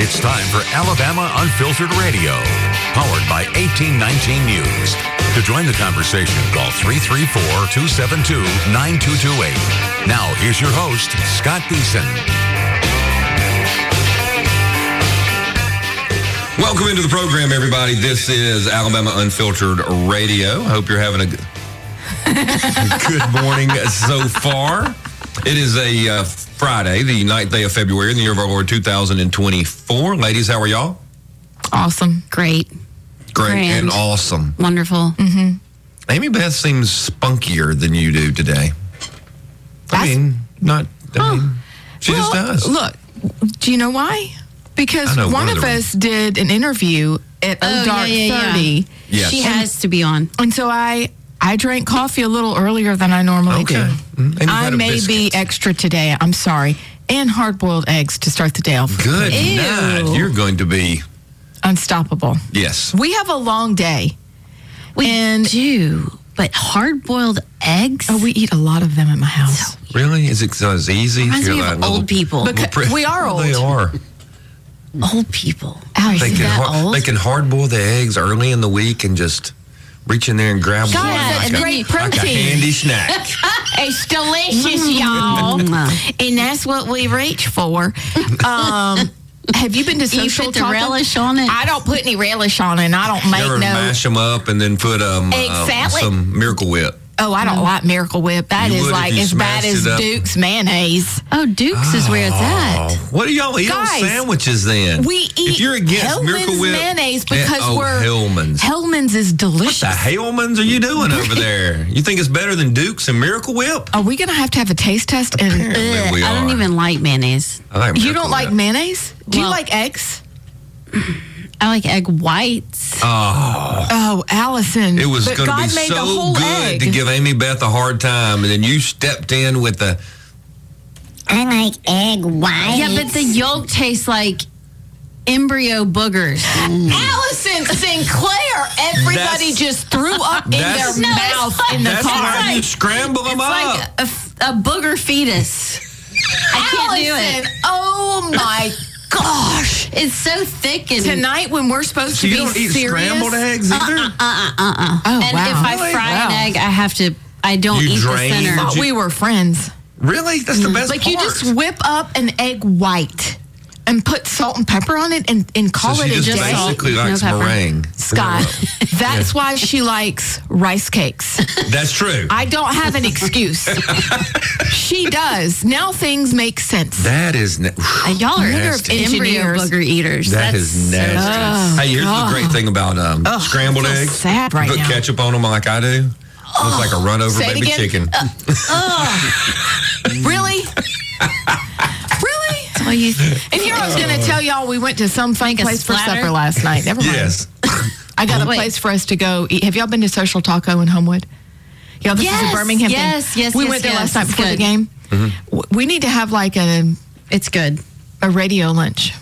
It's time for Alabama Unfiltered Radio, powered by 1819 News. To join the conversation, call 334 272 9228. Now, here's your host, Scott Beeson. Welcome into the program, everybody. This is Alabama Unfiltered Radio. Hope you're having a good, good morning so far. It is a uh, Friday, the ninth day of February, in the year of our Lord 2024. Ladies, how are y'all? Awesome. Great. Great Grand. and awesome. Wonderful. Mm-hmm. Amy Beth seems spunkier than you do today. I That's- mean, not. I mean, she just Well, does. Look, do you know why? I Because know one, one of of the- us did an interview at Oh, oh, Dark yeah, yeah, yeah. 30. Yes. She has to be on. And so I I drank coffee a little earlier than I normally Okay. do. Mm, and you I had a may be biscuit. extra today. I'm sorry. And hard boiled eggs to start the day off. Good night. You're going to be. Unstoppable. Yes. We have a long day. We And- do, but hard boiled eggs. Oh, we eat a lot of them at my house. Really? Is it so it's easy? reminds You're me of like old little- people. Beca- little pri- we are old. They are. old people. Ow, They Is can, that hard, old? they can hard boil the eggs early in the week and just reach in there and grab Guys, one. that's like a- great like a protein. handy snack. It's delicious, y'all. Mm. And that's what we reach for. Um, have you been to Do social you put the taco? relish on it? I don't put any relish on it. and I don't you make ever no. mash them up and then put um, Egg uh, salad? some Miracle Whip. Oh, I don't like Miracle Whip. That You is would if like you as bad smashed it as up. Duke's mayonnaise. oh, Duke's is where it's Oh, at. what do y'all eat Guys, on sandwiches then? We eat if you're against Hellman's Miracle Whip mayonnaise and- because oh, we're Hellman's. Hellman's is the delicious. Hellman's are you doing over there? You think it's better than Duke's and Miracle Whip? Are we gonna have to have a taste test? And Apparently Oh, we I don't are. even like mayonnaise. I like you Miracle don't like Whip. mayonnaise? Do you Well- like eggs? I like egg whites. Oh, Oh, Allison, it was but going to God be made the so whole good egg. to give Amy Beth a hard time, and then you stepped in with the. I like egg whites. yeah, but the yolk tastes like embryo boogers. Allison Sinclair, everybody That's- just threw up in their that's- No, it's mouth like- in the That's car. how you scramble them It's up. like a, f- a booger fetus. I can't do it. Allison, oh my gosh! It's so thick and Tonight when we're supposed so to you be don't eat serious, Uh, scrambled eggs either. Oh and wow! if I fry an egg, I have to. I don't You eat drain the the center. thought we were friends. Really? That's the best mm, Like part. you just whip up an egg white and put salt and pepper on it and, and call so it she a just day. salt. basically No likes pepper. meringue. Scott, that's why she likes rice cakes. That's true. I don't have an excuse. she does. Now things make sense. that is. Na- Uh, Y'all are Nasty. embryo Engineers. booger eaters. that That's is nasty. hey, here's the great thing about um, scrambled I feel eggs. sad right Put now. ketchup on them like I do. Looks like a run over Say it baby again. chicken. Really? really? Well, you, And here I was going to tell y'all we went to some fun a place for splatter? Oh, supper last night. Never mind. yes. I got a Wait. place for us to go eat. Have y'all been to Social Taco in Homewood? Y'all, this is Yes, a Birmingham thing. yes, yes, We yes, went there last yes, night it's before the good. game. Mm-hmm. W We need to have like a it's good. a radio lunch.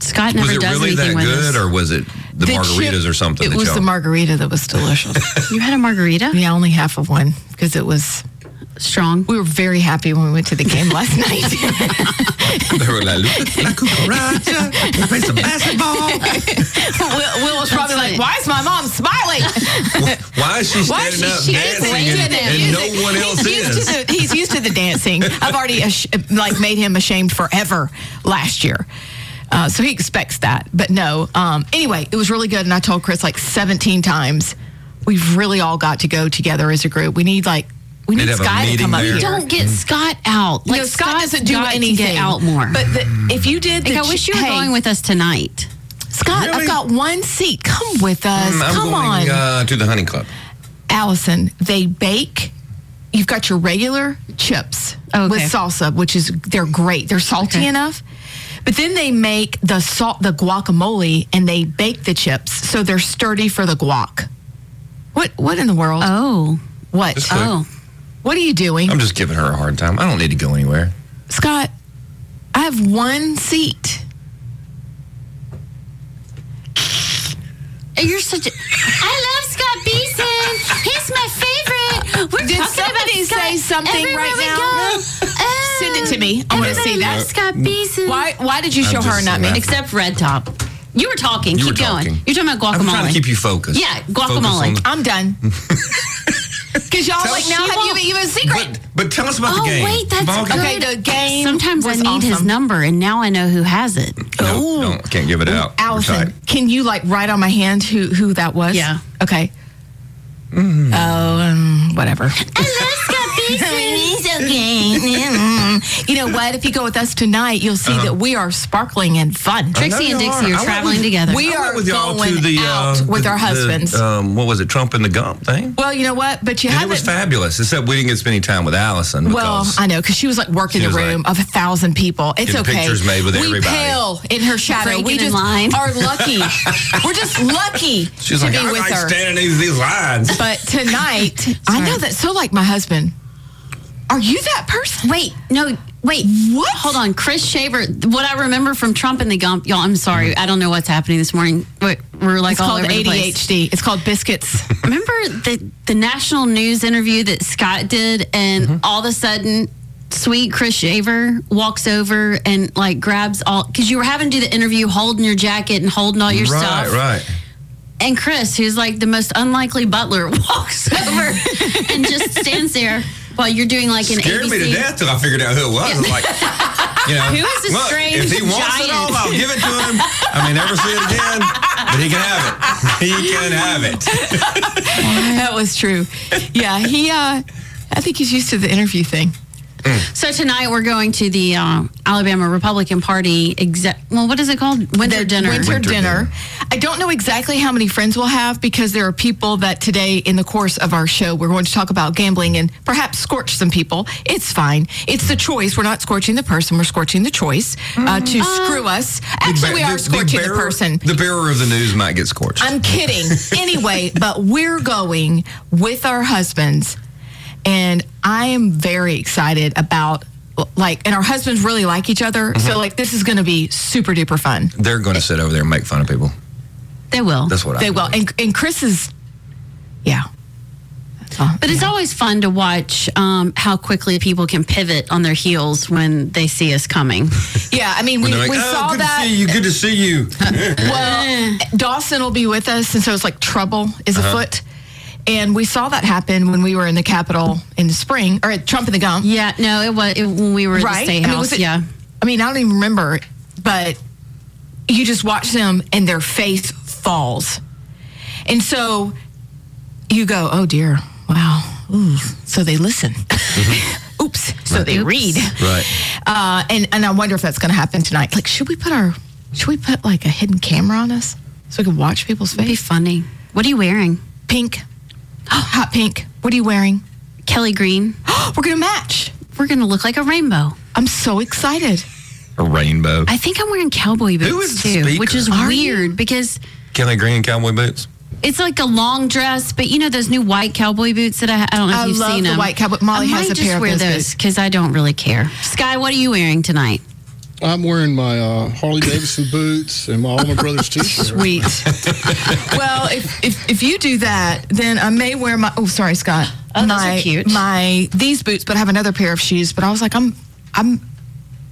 Scott never Was it does really that anything with good, us. or was it the, The margaritas chip- or something? It that was y'all, the margarita that was delicious. you had a margarita? yeah, only half of one because it was. Strong. We were very happy when we went to the game last night. they were like, "Look, la cucaracha, we play some basketball. Will, Will was probably like, "Why is my mom smiling?" Why is she Why standing is up she- she's dancing used and, to and music. no one else he's is? Used to the, he's used to the dancing. I've already ash- like made him ashamed forever last year. Uh, so he expects that, but no. Um, anyway, it was really good, and I told Chris like 17 times, we've really all got to go together as a group. We need like we They'd need have a Sky to meeting come up there. here. We Don't get Scott out. You Like know, Mm. Scott, Scott's doesn't do got to anything get out more. But the, if you did, like, the I wish ch- you were hey, going with us tonight. Scott. Really? I've got one seat. Come with us. Mm, I'm come on. going uh, to the Honey Club. Allison, they bake. You've got your regular chips Oh, Okay. with salsa, which is they're great. They're salty Okay. enough. But then they make the salt the guacamole and they bake the chips so they're sturdy for the guac. What what in the world? Oh. what? Just- Oh. what are you doing? I'm just giving her a hard time. I don't need to go anywhere. Oh, Scott, I have one seat. You're such a. I love Scott Beeson. He's my favorite. We're Did talking about somebody Scott say something everywhere right we now? go. Oh, Send it to me. I want to see Everybody loves that. Scott Beeson. Why? Why did you I'm show her just and not me? laughing. Except Red Top. You were talking. You keep were going. talking. You're talking about guacamole. I'm trying to keep you focused. Yeah, Focus on guacamole. the- I'm done. Because y'all Tell like us- now She have you won't. even a secret? But, but tell us about Oh, the game. wait, that's Ball game. good. okay, the game. Sometimes I was need his awesome. number, and now I know who has it. No, no, can't give it out. We're tight. Allison, can you like write on my hand who who that was? Yeah. Okay. Mm. Oh, um, whatever. It's okay. you know what? If you go with us tonight, you'll see that we are sparkling and fun. Trixie you and are. Dixie Uh-huh. I are went traveling with- together. We I went are with y'all going to the, out uh, with the- our husbands. The, um, what was it, Trump and the Gump thing? well, you know what? But you And it haven't. was fabulous, except we didn't get to spend any time with Allison. Well, because- I know because she was like working She the was, like, room of a thousand people. It's getting okay. pictures made with we everybody. pale in her shadow. Breaking we in just line. are lucky. We're just lucky She's to like, be I with like her. standing these, these lines. But tonight, I know right. that. So, like my husband, are you that person? Wait, no, wait. What? Hold on. Chris Shaver, what I remember from Trump and the Gump, y'all, I'm sorry. I don't know what's happening this morning. We're, we're like It's all called over the place. ADHD. It's called biscuits. Remember the, the national news interview that Scott did, and Mm-hmm. all of a sudden, sweet Chris Shaver walks over and like grabs all because you were having to do the interview holding your jacket and holding all your Right, stuff. right. And Chris, who's like the most unlikely butler, walks over and just stands there while you're doing like an Scared ABC. me to death till I figured out who it was. I was like, you know, Who is this look, strange if he wants it giant? all, I'll give it to him. I may never see it again, but he can have it. He can have it. that was true. Yeah, he. uh I think he's used to the interview thing. So tonight we're going to the um, Alabama Republican Party exec. Well, what is it called? Winter dinner. Winter, Winter dinner. dinner. I don't know exactly how many friends we'll have because there are people that today, in the course of our show, we're going to talk about gambling and perhaps scorch some people. It's fine. It's the choice. We're not scorching the person. We're scorching the choice uh, to Mm. screw Ah. us. Actually, we The- are the scorching the, bearer- person. The bearer of the news might get scorched. I'm kidding. anyway, but we're going with our husbands, and I am very excited about. Like, and our husbands really like each other. Mm-hmm. So, like, this is going to be super duper fun. They're going to sit over there and make fun of people. They will. That's what I They will. believe. And, and Chris is, yeah. That's all. But it's always fun to watch um, how quickly people can pivot on their heels when they see us coming. Yeah, I mean, When we, they're like, we oh, saw good that. to see you. Good to see you. Well, Dawson will be with us, and so it's like trouble is Uh-huh. afoot. And we saw that happen when we were in the Capitol in the spring, or at Trump and the Gump. yeah, no, it was it, when we were at right? the state I mean, house. was it- yeah. I mean, I don't even remember, but you just watch them and their face falls. And so you go, oh dear, wow. Ooh. So they listen. Mm-hmm. Oops. So they read. Right. Uh, and, and I wonder if that's going to happen tonight. Like, should we put our, should we put like a hidden camera on us so we can watch people's It'd be face? funny. What are you wearing? Pink. Hot pink. What are you wearing? Kelly Green. We're going to match. We're going to look like a rainbow. I'm so excited. A rainbow. I think I'm wearing cowboy boots Who is the too, speaker? which is Are you? weird because Kelly Green in cowboy boots. It's like a long dress, but you know those new white cowboy boots that I, I don't know if I you've love seen the them. white cowboy- Molly I has might a just pair of wear those those because I don't really care. Sky, what are you wearing tonight? I'm wearing my uh, Harley Davidson boots and my Allman Brothers t-shirt. Sweet. well, if, if if you do that, then I may wear my. Oh, sorry, Scott. Oh, those are my, cute. My these boots, but I have another pair of shoes. But I was like, I'm I'm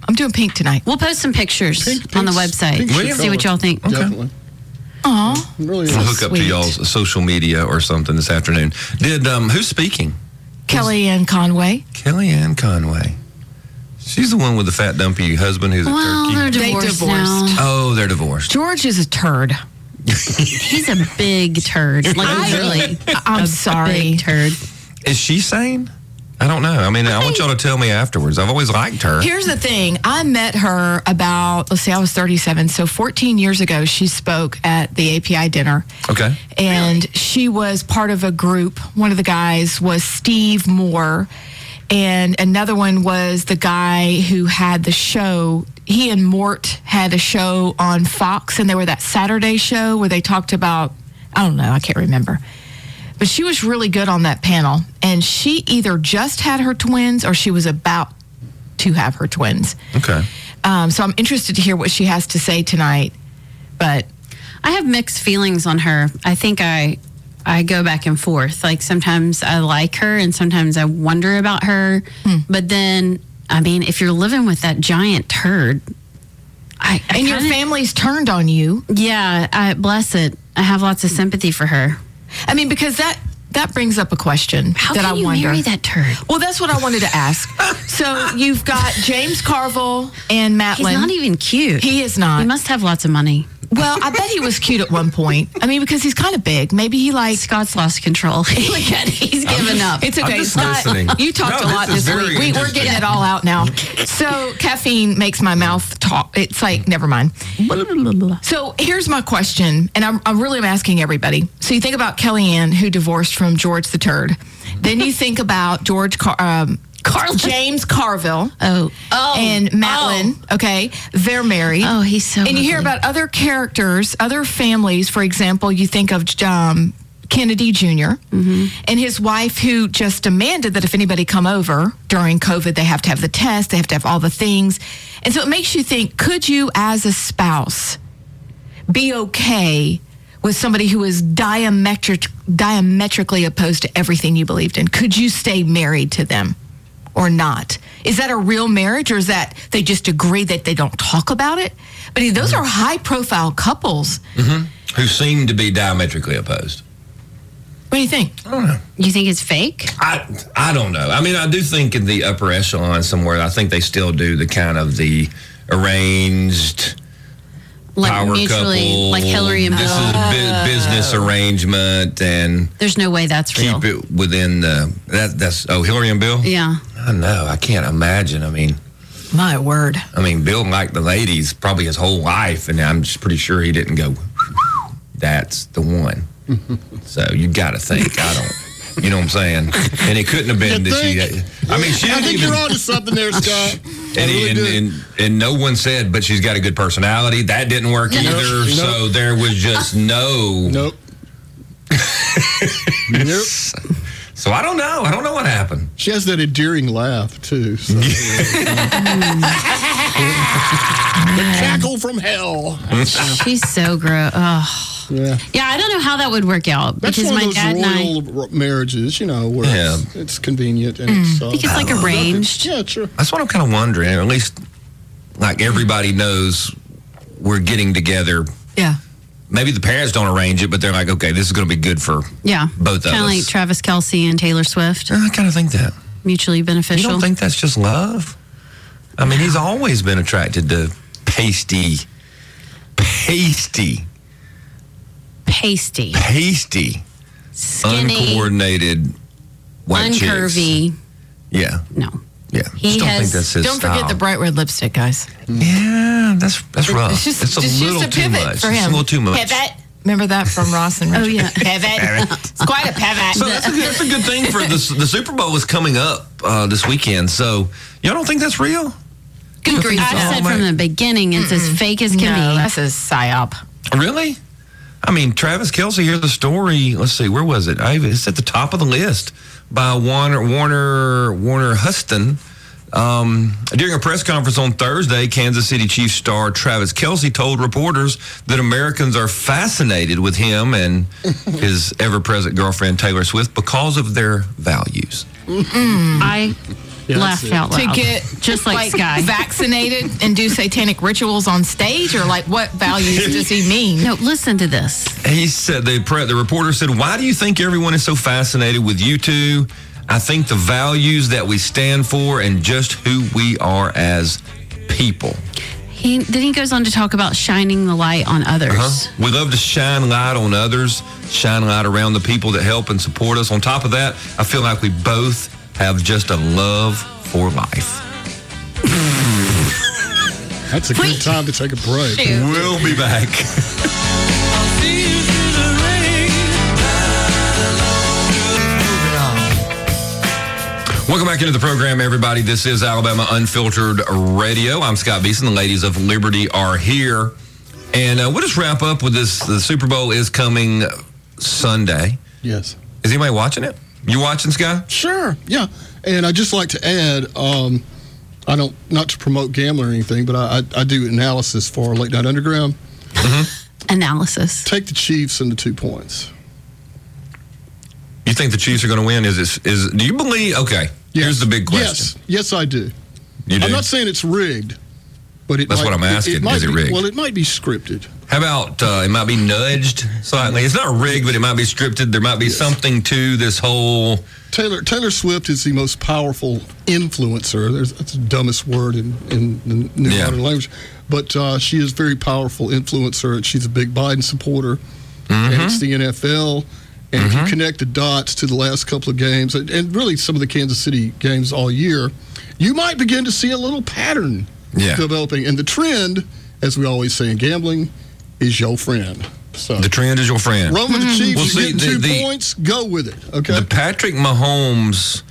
I'm doing pink tonight. We'll post some pictures on the pink's- website. pink's your See what color. y'all think. Definitely. Aw, Really We'll is. hook up to Sweet. y'all's social media or something this afternoon. Did um who's speaking? Kelly and Conway. Kellyanne Conway. She's the one with the fat dumpy husband who's Well, a they're turkey. They divorced, divorced. now. Oh, they're divorced. George is a turd. He's a big turd. Like really, I'm sorry. big turd. Is she sane? I don't know. I mean, I want y'all to tell me afterwards. I've always liked her. Here's the thing. I met her about, let's see, I was 37. So 14 years ago, she spoke at the API dinner. Okay. And she was part of a group. One of the guys was Steve Moore, and another one was the guy who had the show. He and Mort had a show on Fox, and they were that Saturday show where they talked about, I don't know, I can't remember. But she was really good on that panel. And she either just had her twins or she was about to have her twins. Okay. Um, so I'm interested to hear what she has to say tonight. But I have mixed feelings on her. I think I I go back and Hmm. forth. Like sometimes I like her and sometimes I wonder about her, but then I mean, if you're living with that giant turd, I, I And your kinda- family's turned on you. yeah, I, bless it. I have lots of sympathy for her. I mean, because that that brings up a question How that can I you wonder. marry that turd? Well, that's what I wanted to ask. so you've got James Carville and Matlin. He's not even cute. He is not. He must have lots of money. well, I bet he was cute at one point. I mean, because he's kind of big. Maybe he like. Scott's lost control. Look at it. He's giving up. It's okay, just Scott. listening. You talked No, a this lot is this, very week. We, we're interesting. getting it all out now. So caffeine makes my mouth talk. It's like never mind. So here's my question, and I'm, I'm really am asking everybody. So you think about Kellyanne, who divorced from George the Turd. Then you think about George Car- um, Carl James Carville. Oh. Oh. and Matlin. Okay, they're married. Oh, he's so And you hear ugly. about other characters, other families. For example, you think of um, Kennedy junior Mm-hmm. and his wife, who just demanded that if anybody come over during COVID, they have to have the test, they have to have all the things, and so it makes you think: Could you, as a spouse, be okay? With somebody who is diametric, diametrically opposed to everything you believed in, could you stay married to them? or not? Is that a real marriage or is that they just agree that they don't talk about it? But those are high profile couples. Who seem to be diametrically opposed. What do you think? You think it's fake? I I don't know. I mean, I do think in the upper echelon somewhere, I think they still do the kind of the arranged Like power mutually, couple. like Hillary and this Bill. is a bu- business arrangement and There's no way that's real. keep it within the that that's oh Hillary and Bill. Yeah. I know. I can't imagine. I mean, My word. I mean, Bill liked the ladies probably his whole life, and I'm just pretty sure he didn't go. That's the one. so you got to think. I don't. You know what I'm saying? And it couldn't have been You that she. think? I mean, she I didn't think even. you're onto something there, Scott. I And, really and, do. and, and no one said, but she's got a good personality. That didn't work either. Nope. So there was just no. nope. nope. So I don't know. I don't know what happened. She has that endearing laugh too. So. the cackle from hell. She's so gross. Oh. Yeah. Yeah, I don't know how that would work out That's because one my of those dad and I. royal r- marriages, you know, where it's, it's convenient and it's uh, think it's like productive. arranged. Yeah, sure. That's what I'm kind of wondering. At least, like everybody knows, we're getting together Yeah. maybe the parents don't arrange it, but they're like, okay, this is going to be good for. Yeah, Both of kind of like us. Travis Kelsey and Taylor Swift, I kind of think that. mutually You beneficial. don't think that's just love? I mean, he's always been attracted to pasty, pasty, Pasty, pasty, skinny, uncoordinated, white chicks. uncurvy. Yeah, No, yeah. He just don't has- think that's his Don't forget the style. bright red lipstick, guys. Yeah, that's that's rough. It's just, it's a just, little just a too pivot much. for It's him. a little too much. Pivot. Remember that from Ross and Rachel? Oh, yeah. Pivot. it's quite a pivot. So that's a, good, that's a good thing for the, the Super Bowl is coming up uh, this weekend. So y'all don't think that's real? good grief. I Oh, said my- from the beginning it's as fake as can No, be. that's a psyop. Really? I mean, Travis Kelsey. Here's the story. Let's see, where was it? I, it's at the top of the list by Warner Warner Warner Huston. Um, during a press conference on Thursday, Kansas City Chiefs star Travis Kelsey told reporters that Americans are fascinated with him and his ever-present girlfriend Taylor Swift because of their values. I Yeah, that's laughed it. out To loud. get just like, Sky. vaccinated and do satanic rituals on stage, or like what values does he mean? no, listen to this. He said the pre- the reporter said, "Why do you think everyone is so fascinated with you two? I think the values that we stand for and just who we are as people. He then he goes on to talk about shining the light on others. Uh-huh. We love to shine light on others, shine light around the people that help and support us. On top of that, I feel like we both have just a love for life. That's a good time to take a break. We'll be back. Welcome back into the program, everybody. This is Alabama Unfiltered Radio. I'm Scott Beeson. The ladies of Liberty are here. And uh, we'll just wrap up with this. The Super Bowl is coming Sunday. Yes. Is anybody watching it? You watching, Sky? Sure. Yeah. And I'd just like to add, um, I don't not to promote gambling or anything, but I, I, I do analysis for Late Night Underground. Analysis. Take the Chiefs and the two points. You think the Chiefs are going to win? Is it? Is do you believe? Okay, here's the big question. Yes. Yes, I do. Do You do? I'm not saying it's rigged, but it That's might- what I'm asking. might Is it be- rigged? Well, it might be scripted. How about uh, it might be nudged slightly? It's not rigged, but it might be scripted. There might be something to this whole. Taylor Taylor Swift is the most powerful influencer. There's, that's the dumbest word in, in the new Yeah. modern language, but uh, she is a very powerful influencer. And she's a big Biden supporter, Mm-hmm. and it's the NFL. And if you connect the dots to the last couple of games, and, and really some of the Kansas City games all year, you might begin to see a little pattern Yeah. developing. And the trend, as we always say in gambling, is your friend. So The trend is your friend. run with the Chiefs. Well, see, You're getting the- two the- points. Go with it. Okay. The Patrick Mahomes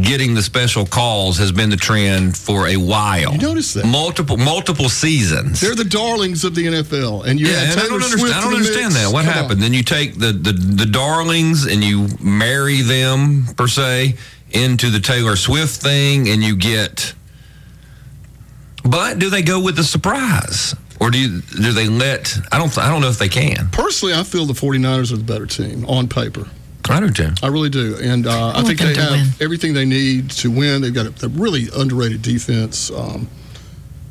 getting the special calls has been the trend for a while. You noticed that? multiple multiple seasons. They're the darlings of the NFL, and you yeah, had and I Taylor don't understand. Swift I in don't the understand mix. that. What Come on. happened? Then you take the, the the darlings and you marry them per se into the Taylor Swift thing, and you get. But do they go with the surprise, or do you, do they let? I don't. I don't know if they can. Personally, I feel the 49ers are the better team on paper. I do too. I really do, and uh, I, want think them they to have win. everything they need to win. They've got a, a really underrated defense. Um,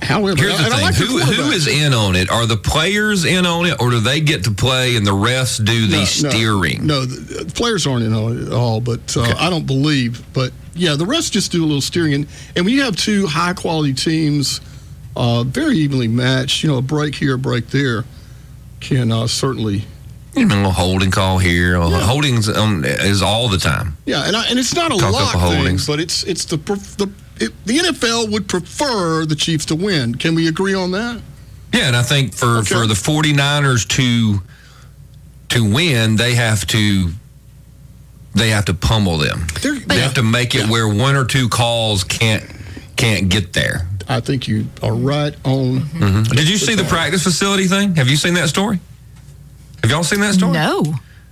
however, Here's the and I thing: like their who, who quarterback. is in on it? Are the players in on it, or do they get to play and the refs do the No, no, steering? No, the, the players aren't in on it at all, but uh, I don't believe. But yeah, the rest just do a little steering. And, and when you have two high quality teams, uh, very evenly matched, you know, a break here, a break there can uh, certainly You know, a little holding call here. a Holdings um, is all the time. Yeah, and, I, and it's not a Talk up lock a thing, holdings. but it's it's the pref- the it, the NFL would prefer the Chiefs to win. Can we agree on that? Yeah, and I think for, Okay. for the 49ers to to win, they have to they have to pummel them. They're- they have to make it where one or two calls can't can't get there. I think you are right on. Did you see the practice facility thing? Have you seen that story? Have y'all seen that story? No.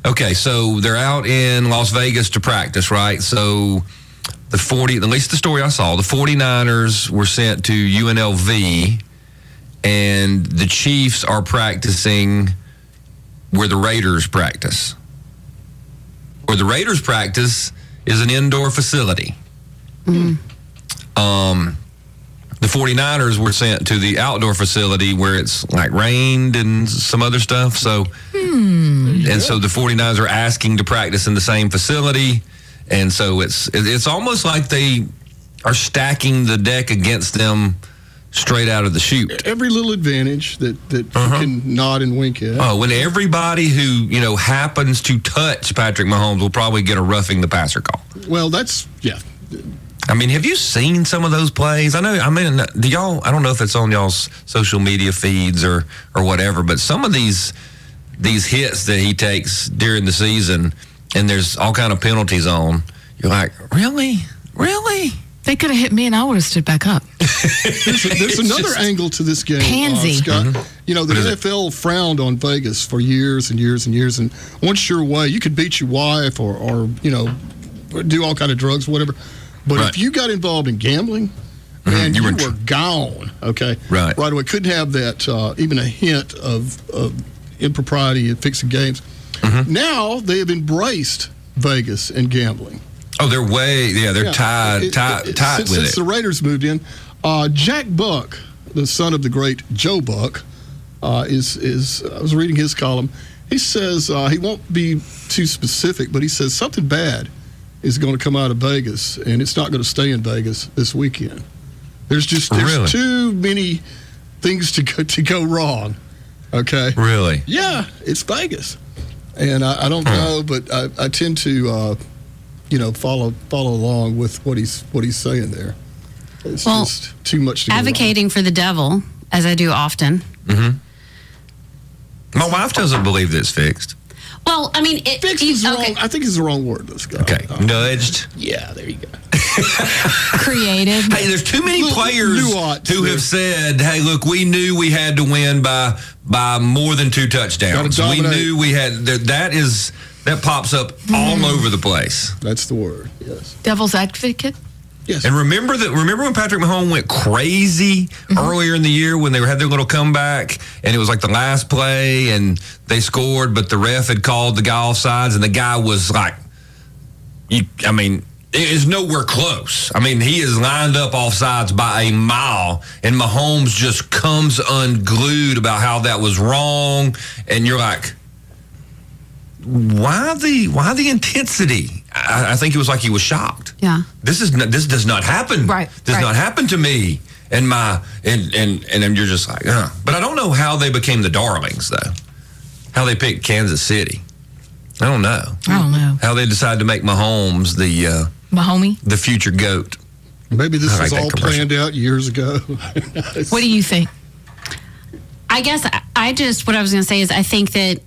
Okay, so they're out in Las Vegas to practice, right? So the 40, at least the story I saw, the 49ers were sent to UNLV and the Chiefs are practicing where the Raiders practice. Where the Raiders practice is an indoor facility. Um, the 49ers were sent to the outdoor facility where it's like rained and some other stuff. So and so the 49ers are asking to practice in the same facility and so it's it- it's almost like they are stacking the deck against them straight out of the chute Every little advantage that that you can nod and wink at. oh when everybody who you know happens to touch patrick mahomes will probably get a roughing the passer call Well, that's yeah. i mean have you seen some of those plays i know i mean do y'all i don't know if it's on y'all's social media feeds or or whatever but some of these these hits that he takes during the season and there's all kind of penalties on you're like really really They could have hit me and I would have stood back up. There's, there's another angle to this game. uh, Pansy. Scott. You know, the What is Mm-hmm. it? NFL frowned on Vegas for years and years and years. And once you're away, you could beat your wife or, or you know, do all kind of drugs, whatever. But Right. Mm-hmm. if you got involved in gambling, man, you you, were in were gone. Okay, Right. right away. Couldn't have that uh, even a hint of, of impropriety in fixing games. Mm-hmm. Now they have embraced Vegas and gambling. Oh, they're way yeah, they're Yeah, tied it- tied it- tied since, with since it. the Raiders moved in, uh, Jack Buck, the son of the great Joe Buck, uh, is is I was reading his column. He says uh, he won't be too specific, but he says something bad is going to come out of Vegas, and it's not going to stay in Vegas this weekend. There's just there's Oh, Really? too many things to go to go wrong. Okay. really? Yeah, it's Vegas, and I, I don't Hmm. know, but I, I tend to, uh, you know, follow follow along with what he's what he's saying there. It's Well, just too much to go wrong. Advocating for the devil, as I do often. My wife doesn't believe that it's fixed. Well, I mean, it, Fix you- is okay, wrong. I think it's the wrong word. This guy. Okay, Uh, nudged. yeah, there you go. Created. Hey, there's too many Little players nuance who there. have said, "Hey, look, we knew we had to win by by more than two touchdowns. Gotta We dominate. knew we had that. That is that pops up all over the place." That's the word. Yes. Devil's advocate. Yes. And remember that. Remember when Patrick Mahomes went crazy earlier in the year when they had their little comeback, and it was like the last play, and they scored, but the ref had called the guy off sides, and the guy was like, "You, I mean, is nowhere close. I mean, he is lined up off sides by a mile, and Mahomes just comes unglued about how that was wrong. And you're like, why the why the intensity? I, I think it was like he was shocked. Yeah. this is not, this does not happen. Right, does right. not happen to me. And my and and and then you're just like, uh. but I don't know how they became the darlings though. How they picked Kansas City, I don't know. I don't know. How they decided to make Mahomes the uh, My homie, the future goat. Maybe this I like was that all commercial. planned out years ago. what do you think? I guess I- I just what I was going to say is I think that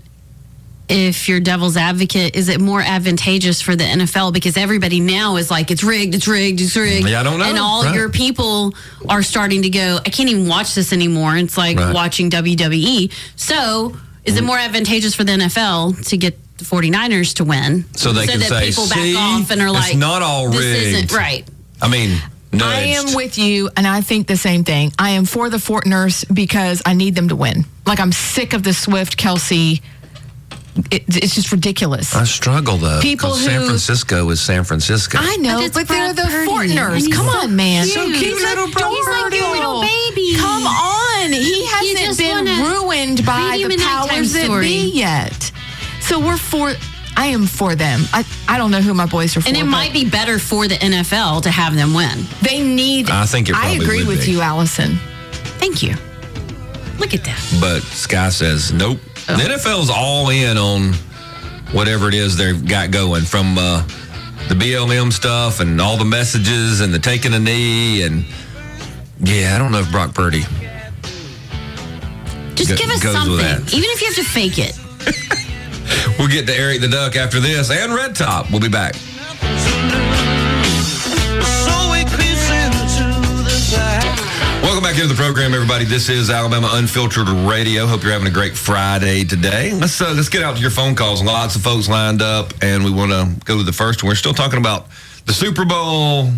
if you're devil's advocate, is it more advantageous for the NFL because everybody now is like it's rigged, it's rigged, it's rigged. Yeah, I don't know. And all Right. your people are starting to go. I can't even watch this anymore. It's like Right. Mm. watching WWE. So is it more advantageous for the NFL to get the 49ers to win So they can that say, people back "See, off and are it's like, not all this rigged." Isn't, right. I mean, nudged. I am with you, and I think the same thing. I am for the Fortners because I need them to win. Like I'm sick of the Swift Kelsey. It, it's just ridiculous. I struggle though. People 'cause San who- Francisco is San Francisco. I know, But but, it's they're Brock the Purdy, and Fortners. he's Come so on, man. cute. So cute. He's Little Brock adorable. He's like your little baby. Come on. He hasn't just been wanna ruined by read him the a nighttime powers that story. be yet. So we're for. I am for them. I, I don't know who my boys are for. And it but might be better for the NFL to have them win. They need. I think it I probably agree would with be. you, Allison. Thank you. Look at that. but Sky says nope. The NFL's all in on whatever it is they've got going from uh, the BLM stuff and all the messages and the taking a knee and yeah, I don't know if Brock Purdy. Just Go- give us goes something, with even that. if you have to fake it. We'll get to Eric the Duck after this and Red Top. We'll be back. Welcome back into the program, everybody. This is Alabama Unfiltered Radio. Hope you're having a great Friday today. Let's uh, let's get out to your phone calls. Lots of folks lined up, and we want to go to the first one. We're still talking about the Super Bowl.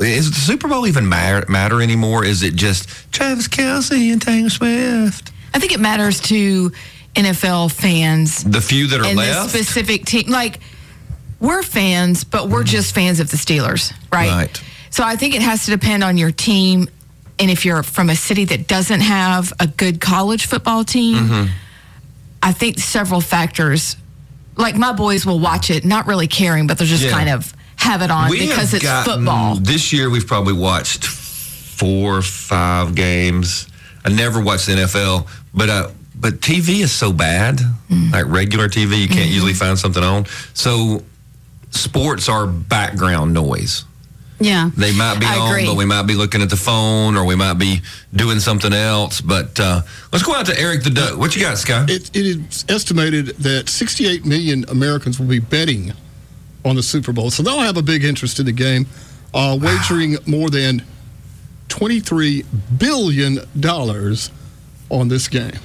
Is the Super Bowl even matter, matter anymore? Is it just Travis Kelsey and Taylor Swift? I think it matters to NFL fans The few that are and left. this specific team. Like we're fans, but we're just fans of the Steelers, right? Mm-hmm. Right. So I think it has to depend on your team, and if you're from a city that doesn't have a good college football team, Mm-hmm. I think several factors. Like my boys will watch it, not really caring, but they'll just Yeah. kind of have it on because have it's gotten- football. This year, we've probably watched four, five games. I never watched the NFL, but uh, but TV is so bad, Mm. like regular TV, you can't Mm-hmm. usually find something on. So sports are background noise. Yeah. They might be I on, agree. but we might be looking at the phone or we might be doing something else. But uh, let's go out to Eric the Duck. What you got, Sky? It, it is estimated that 68 million Americans will be betting on the Super Bowl, so they'll have a big interest in the game, uh, wagering more than 23 billion dollars on this game.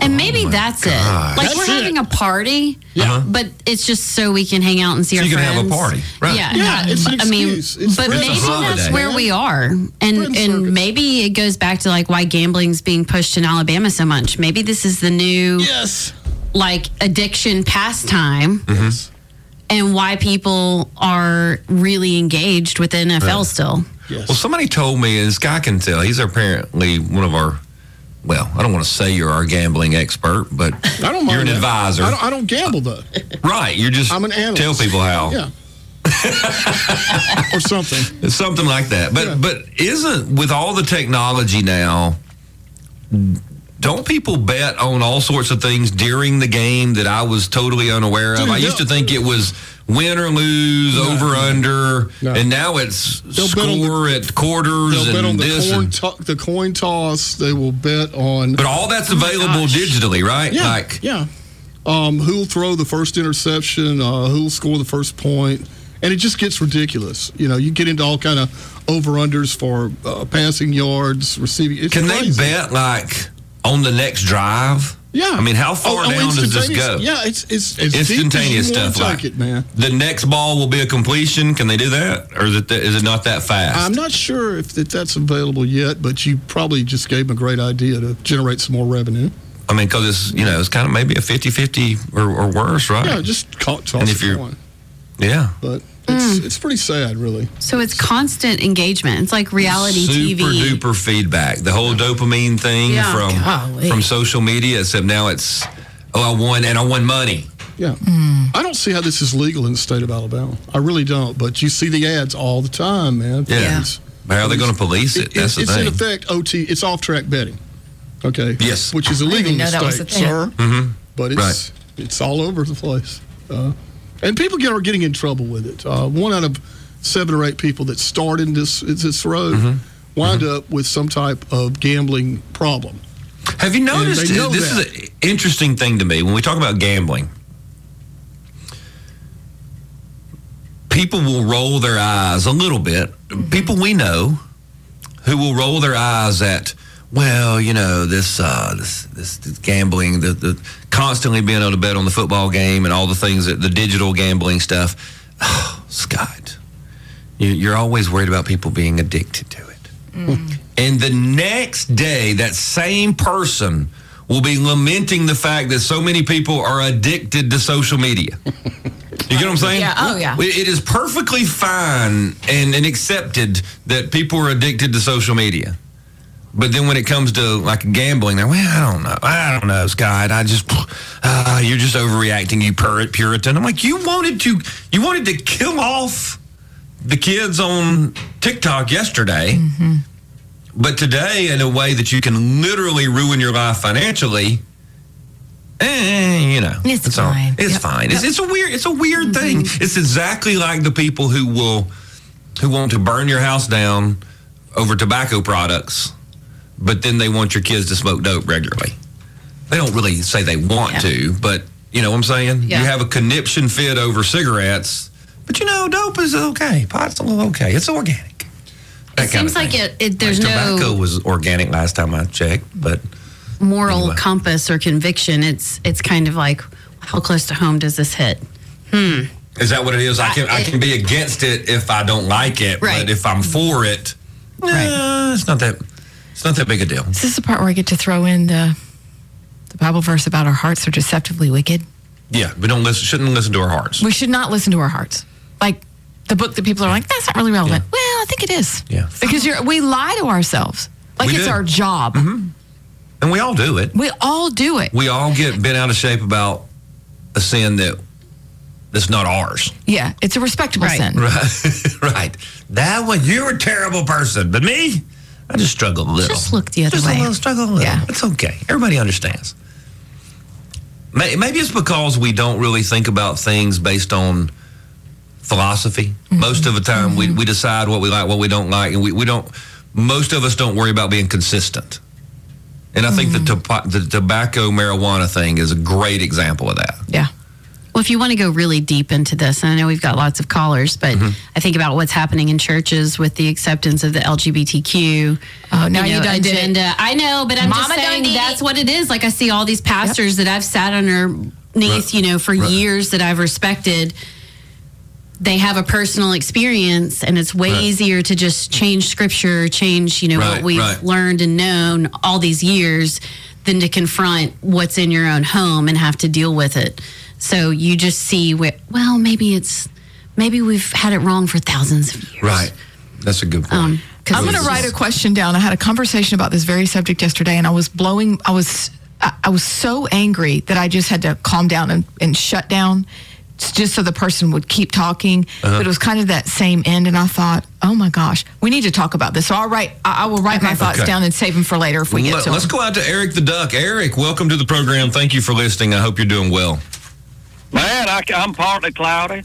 And Oh maybe that's it. Like That's we're it. having a party, Yeah. Uh-huh. but it's just so we can hang out and see So our you can have friends. a party, right. Yeah. Yeah, not- it's an I mean, excuse. It's but friends. maybe It's a that's holiday. where we are. And and Friend circus. maybe it goes back to like why gambling's being pushed in Alabama so much. Maybe this is the new Yes. like addiction pastime Mm-hmm. and why people are really engaged with the NFL still. Yes. Well, somebody told me, and this guy can tell, he's apparently one of our, well, I don't want to say you're our gambling expert, but I don't mind you're an that. advisor. I don't, I don't gamble though. right. You're just I'm an analyst. tell people how. Yeah. or something. It's Something like that. But Yeah. but isn't with all the technology now, don't people bet on all sorts of things during the game that I was totally unaware of? Dude, I used to they'll- think it was win or lose, over under, No. and now it's bet on the- score at quarters They'll bet on and the this coin, and to- the coin toss. They will bet on. But all that's available digitally, right? Oh Yeah. Like yeah. Um, who'll throw the first interception? Uh, who'll score the first point? And it just gets ridiculous. You know, you get into all kind of over unders for uh, passing yards, receiving. It's can crazy. they bet like on the next drive? Yeah. I mean, how far Oh, oh, down does this instantaneous- go? Yeah, it's it's, it's Instantaneous stuff Take like it, man. The next ball will be a completion. Can they do that, or is it th- is it not that fast? I'm not sure if that that's available yet, but you probably just gave them a great idea to generate some more revenue. I mean, because it's you know it's kind of maybe a 50-50 or, or worse, right? Yeah, just caught toss And if it you're- on. Yeah. But It's, it's pretty sad, really. So it's constant engagement. It's like reality Super TV. duper feedback. The whole dopamine thing Yeah. from Golly. from social media, except now it's oh I won and I won money. Yeah. Mm. I don't see how this is legal in the state of Alabama. I really don't. But you see the ads all the time, man. Yeah. But how are they going to police it? It- That's it's the it's in thing. effect OT. It's off track betting. Okay. Yes. Mm-hmm. Which is didn't illegal in the know that was state, a thing. sir. But it's it's all over the place, uh, and people get, are getting in trouble with it. Uh, one out of seven or eight people that start in this this road Mm-hmm. wind up with some type of gambling problem. Have you noticed? they know This is that. an interesting thing to me when we talk about gambling. People will roll their eyes a little bit. Mm-hmm. People we know who will roll their eyes at, well, you know, this uh, this, this this gambling, the, the constantly being able to bet on the football game and all the things that the digital gambling stuff. Oh, Scott, you, you're always worried about people being addicted to it. Mm. And the next day, that same person will be lamenting the fact that so many people are addicted to social media. You get what I'm saying? Yeah. Oh, yeah. It it is perfectly fine and, and accepted that people are addicted to social media. But then when it comes to like gambling, they're, well, I don't know. I don't know, Scott. I just, ah, you're just overreacting, you pur- Puritan. I'm like, you wanted to, you wanted to kill off the kids on TikTok yesterday. Mm-hmm. But today, in a way that you can literally ruin your life financially, eh, you know, It's all- fine. It's Yep. Mm-hmm. fine. It's, it's a weird. It's a weird thing. It's exactly like the people who will, who want to burn your house down over tobacco products, but then they want your kids to smoke dope regularly. They don't really say they want to, but you know what I'm saying. Yeah. You have a conniption fit over cigarettes, but you know, dope is okay. Pot's a little okay. It's organic. That kind It seems of like thing. it, it there's Like, tobacco no was organic last time I checked, but moral anyway. compass or conviction. It's it's kind of like how close to home does this hit? is that what it is? I can I can be against it if I don't like it, Right. but if I'm for it, eh, it's not that it's not that big a deal. Is this the part where I get to throw in the the Bible verse about our hearts are deceptively wicked? Yeah, we don't listen shouldn't listen to our hearts. We should not listen to our hearts. Like the book that people are like, that's not really relevant. Well, I think it is. Yeah. Because you're, we lie to ourselves. Like We it's do. our job. And we all do it. We all do it. We all get bent out of shape about a sin that that's not ours. yeah. It's a respectable Right. sin. Right. right. That one you're a terrible person, but me, I just struggle a little. Just look the other Just way. a little struggle. A little. Yeah. It's okay. Everybody understands. May- Maybe it's because we don't really think about things based on philosophy. Most of the time, we, we decide what we like, what we don't like, and we, we don't. Most of us don't worry about being consistent. And I think the, topa- the tobacco marijuana thing is a great example of that. Yeah. Well, if you want to go really deep into this, and I know we've got lots of callers, but Mm-hmm. I think about what's happening in churches with the acceptance of the LGBTQ. Oh, now you know, done did it. agenda. I know, but I'm Mama just done saying did it. that's what it is. Like I see all these pastors that I've sat underneath, Right. you know, for Right. years that I've respected. They have a personal experience, and it's way Right. easier to just change scripture, change you know Right, what we've right. learned and known all these years than to confront what's in your own home and have to deal with it. So you just see where, well, maybe it's, maybe we've had it wrong for thousands of years. Right. That's a good point. Um, 'cause I'm going to it's write a just- question down. I had a conversation about this very subject yesterday, and I was blowing. I was I I was so angry that I just had to calm down and, and shut down, s- just so the person would keep talking. But it was kind of that same end, and I thought, oh my gosh, we need to talk about this. So I'll write. I, I will write my thoughts Okay. down and save them for later if we get Let, to us them. go out to Eric the Duck. Eric, welcome to the program. Thank you for listening. I hope you're doing well. Man, I, am partly cloudy.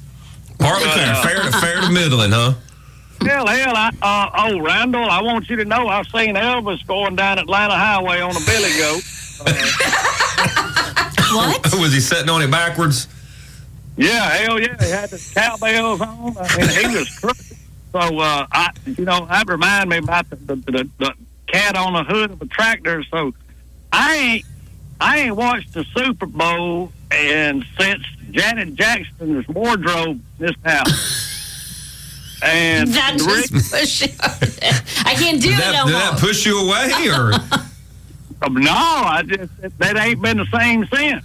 Partly clear, Yeah. fair, to, fair to middling, huh? Hell, hell, I, uh, oh, Randall, I want you to know I've seen Elvis going down Atlanta Highway on a billy goat. What? Was he sitting on it backwards? Yeah, hell yeah, he had the cowbells on, and he was crushing. So, uh, I, you know, that remind me about the, the, the, the cat on the hood of a tractor. So, I ain't, I ain't watched the Super Bowl and since Janet Jackson's wardrobe in this house. And That the re- just pushing. I can't do Did it that, no did that more. push you away, or Oh, Um, No, I just that ain't been the same since.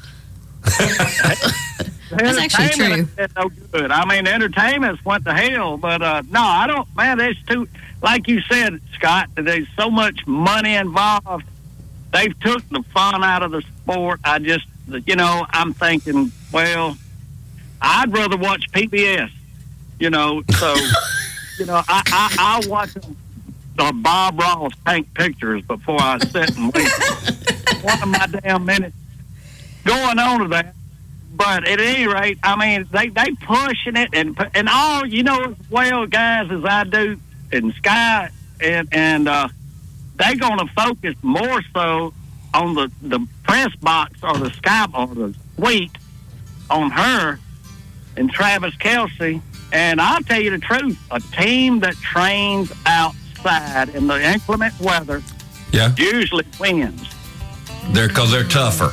That's actually entertainment ain't No good. I mean, entertainment's went to hell, but uh, no, I don't. Man, there's too. Like you said, Scott, there's so much money involved. They've took the fun out of the sport. I just, you know, I'm thinking, well, I'd rather watch PBS. You know, so you know, I I, I watch the Bob Ross tank pictures before I sit and wait one of my damn minutes going on to that. But at any rate, I mean, they they pushing it and pu- and all you know as well, guys, as I do, and Sky and and uh, they gonna focus more so on the the press box or the Skype or the suite on her and Travis Kelsey. And I'll tell you the truth: a team that trains outside in the inclement weather Yeah, usually wins. they're because they're tougher.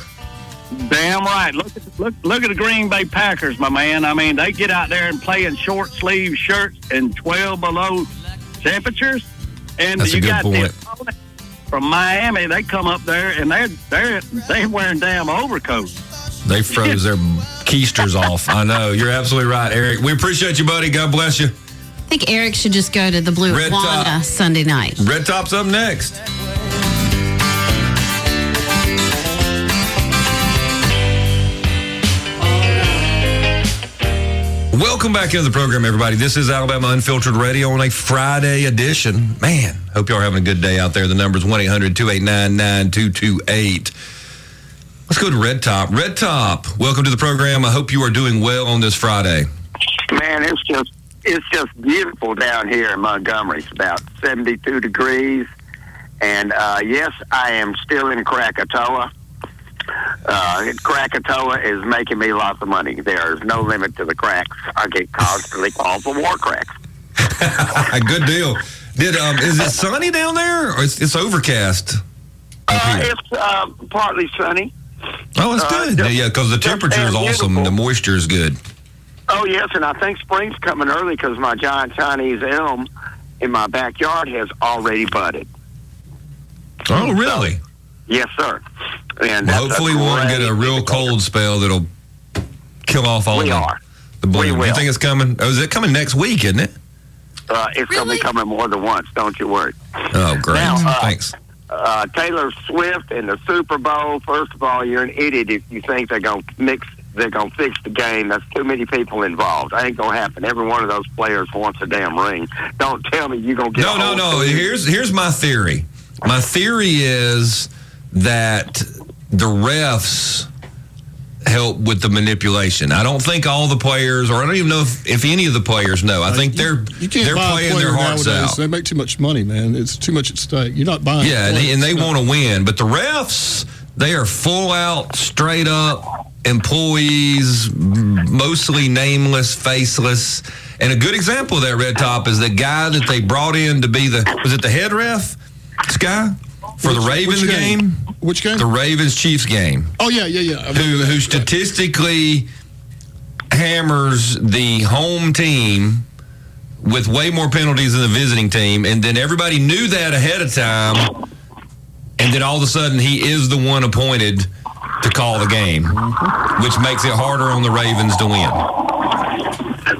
Damn right. Look at look look at the Green Bay Packers, my man. I mean, they get out there and play in short sleeve shirts and twelve below temperatures, and That's a you good got the point. opponent from Miami. They come up there and they're they're they're wearing damn overcoats. They froze their keisters off. I know. You're absolutely right, Eric. We appreciate you, buddy. God bless you. I think Eric should just go to the Blue Red Iguana top. Sunday night. Red Top's up next. Welcome back into the program, everybody. This is Alabama Unfiltered Radio on a Friday edition. Man, hope y'all are having a good day out there. The number is 1 800 289 9228. Let's go to Red Top. Red Top, welcome to the program. I hope you are doing well on this Friday. Man, it's just it's just beautiful down here in Montgomery. It's about seventy two degrees, and uh, yes, I am still in Krakatoa. Uh, Krakatoa is making me lots of money. There is no limit to the cracks. I get constantly called for war cracks. a good deal. Did um, Is it sunny down there or it's, it's overcast? up Uh, here? it's uh, partly sunny. Oh, it's Uh, good. just- yeah, because the just temperature is damn awesome. beautiful. The moisture is good. Oh yes, and I think spring's coming early because my giant Chinese elm in my backyard has already budded. Oh, really? Yes, sir. Well, And that's a hopefully, we won't get a great- real cold spell that'll kill off all We the, are. the bloom. will. You think it's coming? Oh, is it coming next week? Isn't it? Uh, it's going to be coming more than once. Don't you worry. Oh, great. Now, uh, Thanks. Uh, Taylor Swift and the Super Bowl. First of all, you're an idiot if you think they're going to mix. They're going to fix the game. That's too many people involved. Ain't going to happen. Every one of those players wants a damn ring. Don't tell me you're going to get. No, a no, whole no. team. Here's here's my theory. My theory is that the refs help with the manipulation. I don't think all the players, or I don't even know if, if any of the players know. I think they're Uh, You can't they're buy a playing player their hearts nowadays. out. They make too much money, man. It's too much at stake. You're not buying. Yeah, and, players. they- and they No. want to win, but the refs, they are full out, straight up employees, m- mostly nameless, faceless. And a good example of that red top is the guy that they brought in to be the was it the head ref, this guy for the Which- Ravens which game? Which game? the Ravens Chiefs game, oh yeah, yeah, yeah. I who mean, who statistically hammers the home team. With way more penalties than the visiting team, and then everybody knew that ahead of time, and then all of a sudden he is the one appointed to call the game, which makes it harder on the Ravens to win.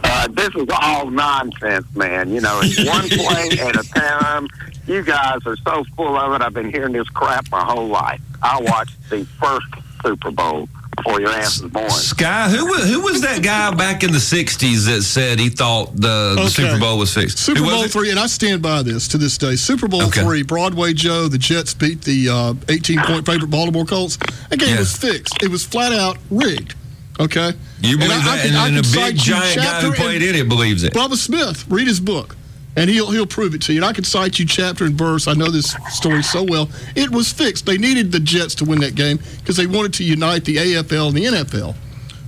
Uh, this is all nonsense, man. You know, it's one play at a time. You guys are so full of it. I've been hearing this crap my whole life. I watched the first Super Bowl before your ass was born. Sky, who was, who was that guy back in the '60s that said he thought the, the Okay. Super Bowl was fixed? Super who was Bowl it? three, and I stand by this to this day. Super Bowl Okay. three, Broadway Joe, the Jets beat the uh, 18 point favorite Baltimore Colts. That game Yeah. was fixed. It was flat out rigged. Okay, You believe I- I that? can- and I then can the cite big you giant guy chapter who and- played in it believes it. Bubba Smith, read his book, and he'll he'll prove it to you. And I can cite you chapter and verse. I know this story so well. It was fixed. They needed the Jets to win that game because they wanted to unite the AFL and the NFL,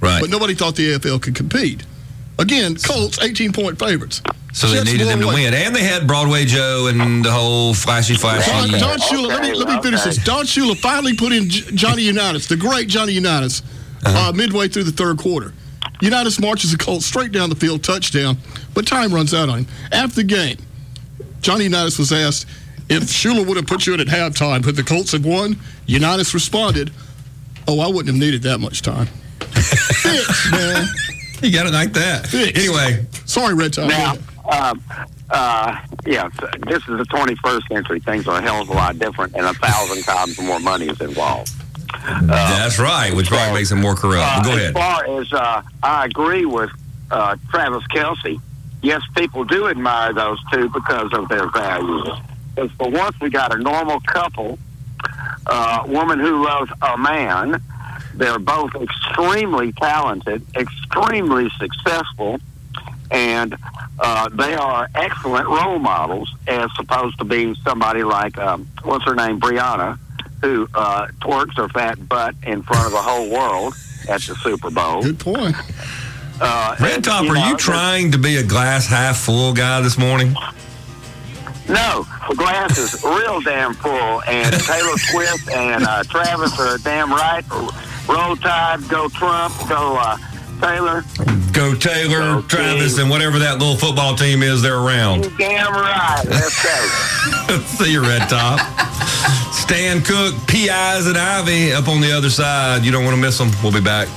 Right. but nobody thought the AFL could compete. Again, Colts 18 point favorites. So they Jets needed won them to away. win. And they had Broadway Joe and the whole flashy, Don, flashy. Don Shula, let me, let me finish this. Don Shula finally put in J- Johnny Unitas, the great Johnny Unitas, Uh-huh. uh, midway through the third quarter. Unitas marches the Colts straight down the field, touchdown, but time runs out on him. After the game, Johnny Unitas was asked if Shula would have put you in at halftime, but the Colts had won. Unitas responded, Oh, I wouldn't have needed that much time. Bitch, man. You got it like that. Fix. Anyway, Sorry, Red Top. Now, um, uh, yeah, this is the 21st century. Things are a hell of a lot different, and a thousand times more money is involved. that's right, which probably makes it more corrupt. Uh, But go As ahead. far as uh, I agree with uh, Travis Kelsey, yes, people do admire those two because of their values. Because for once, we got a normal couple, uh, woman who loves a man. They're both extremely talented, extremely successful, and uh, they are excellent role models as opposed to being somebody like, um, what's her name, Brianna, who uh, twerks her fat butt in front of the whole world at the Super Bowl. Good point. Uh, Red and, Top, know, are you it's- trying to be a glass half full guy this morning? No, the glass is real damn full, and Taylor Swift and uh, Travis are damn right. Roll Tide, go Trump, go uh, Taylor. Go Taylor, Okay. Travis, and whatever that little football team is, they're around. You Damn right, let's go. See you, Red Top. Stan Cook, PIs, and Ivy up on the other side. You don't want to miss them. We'll be back.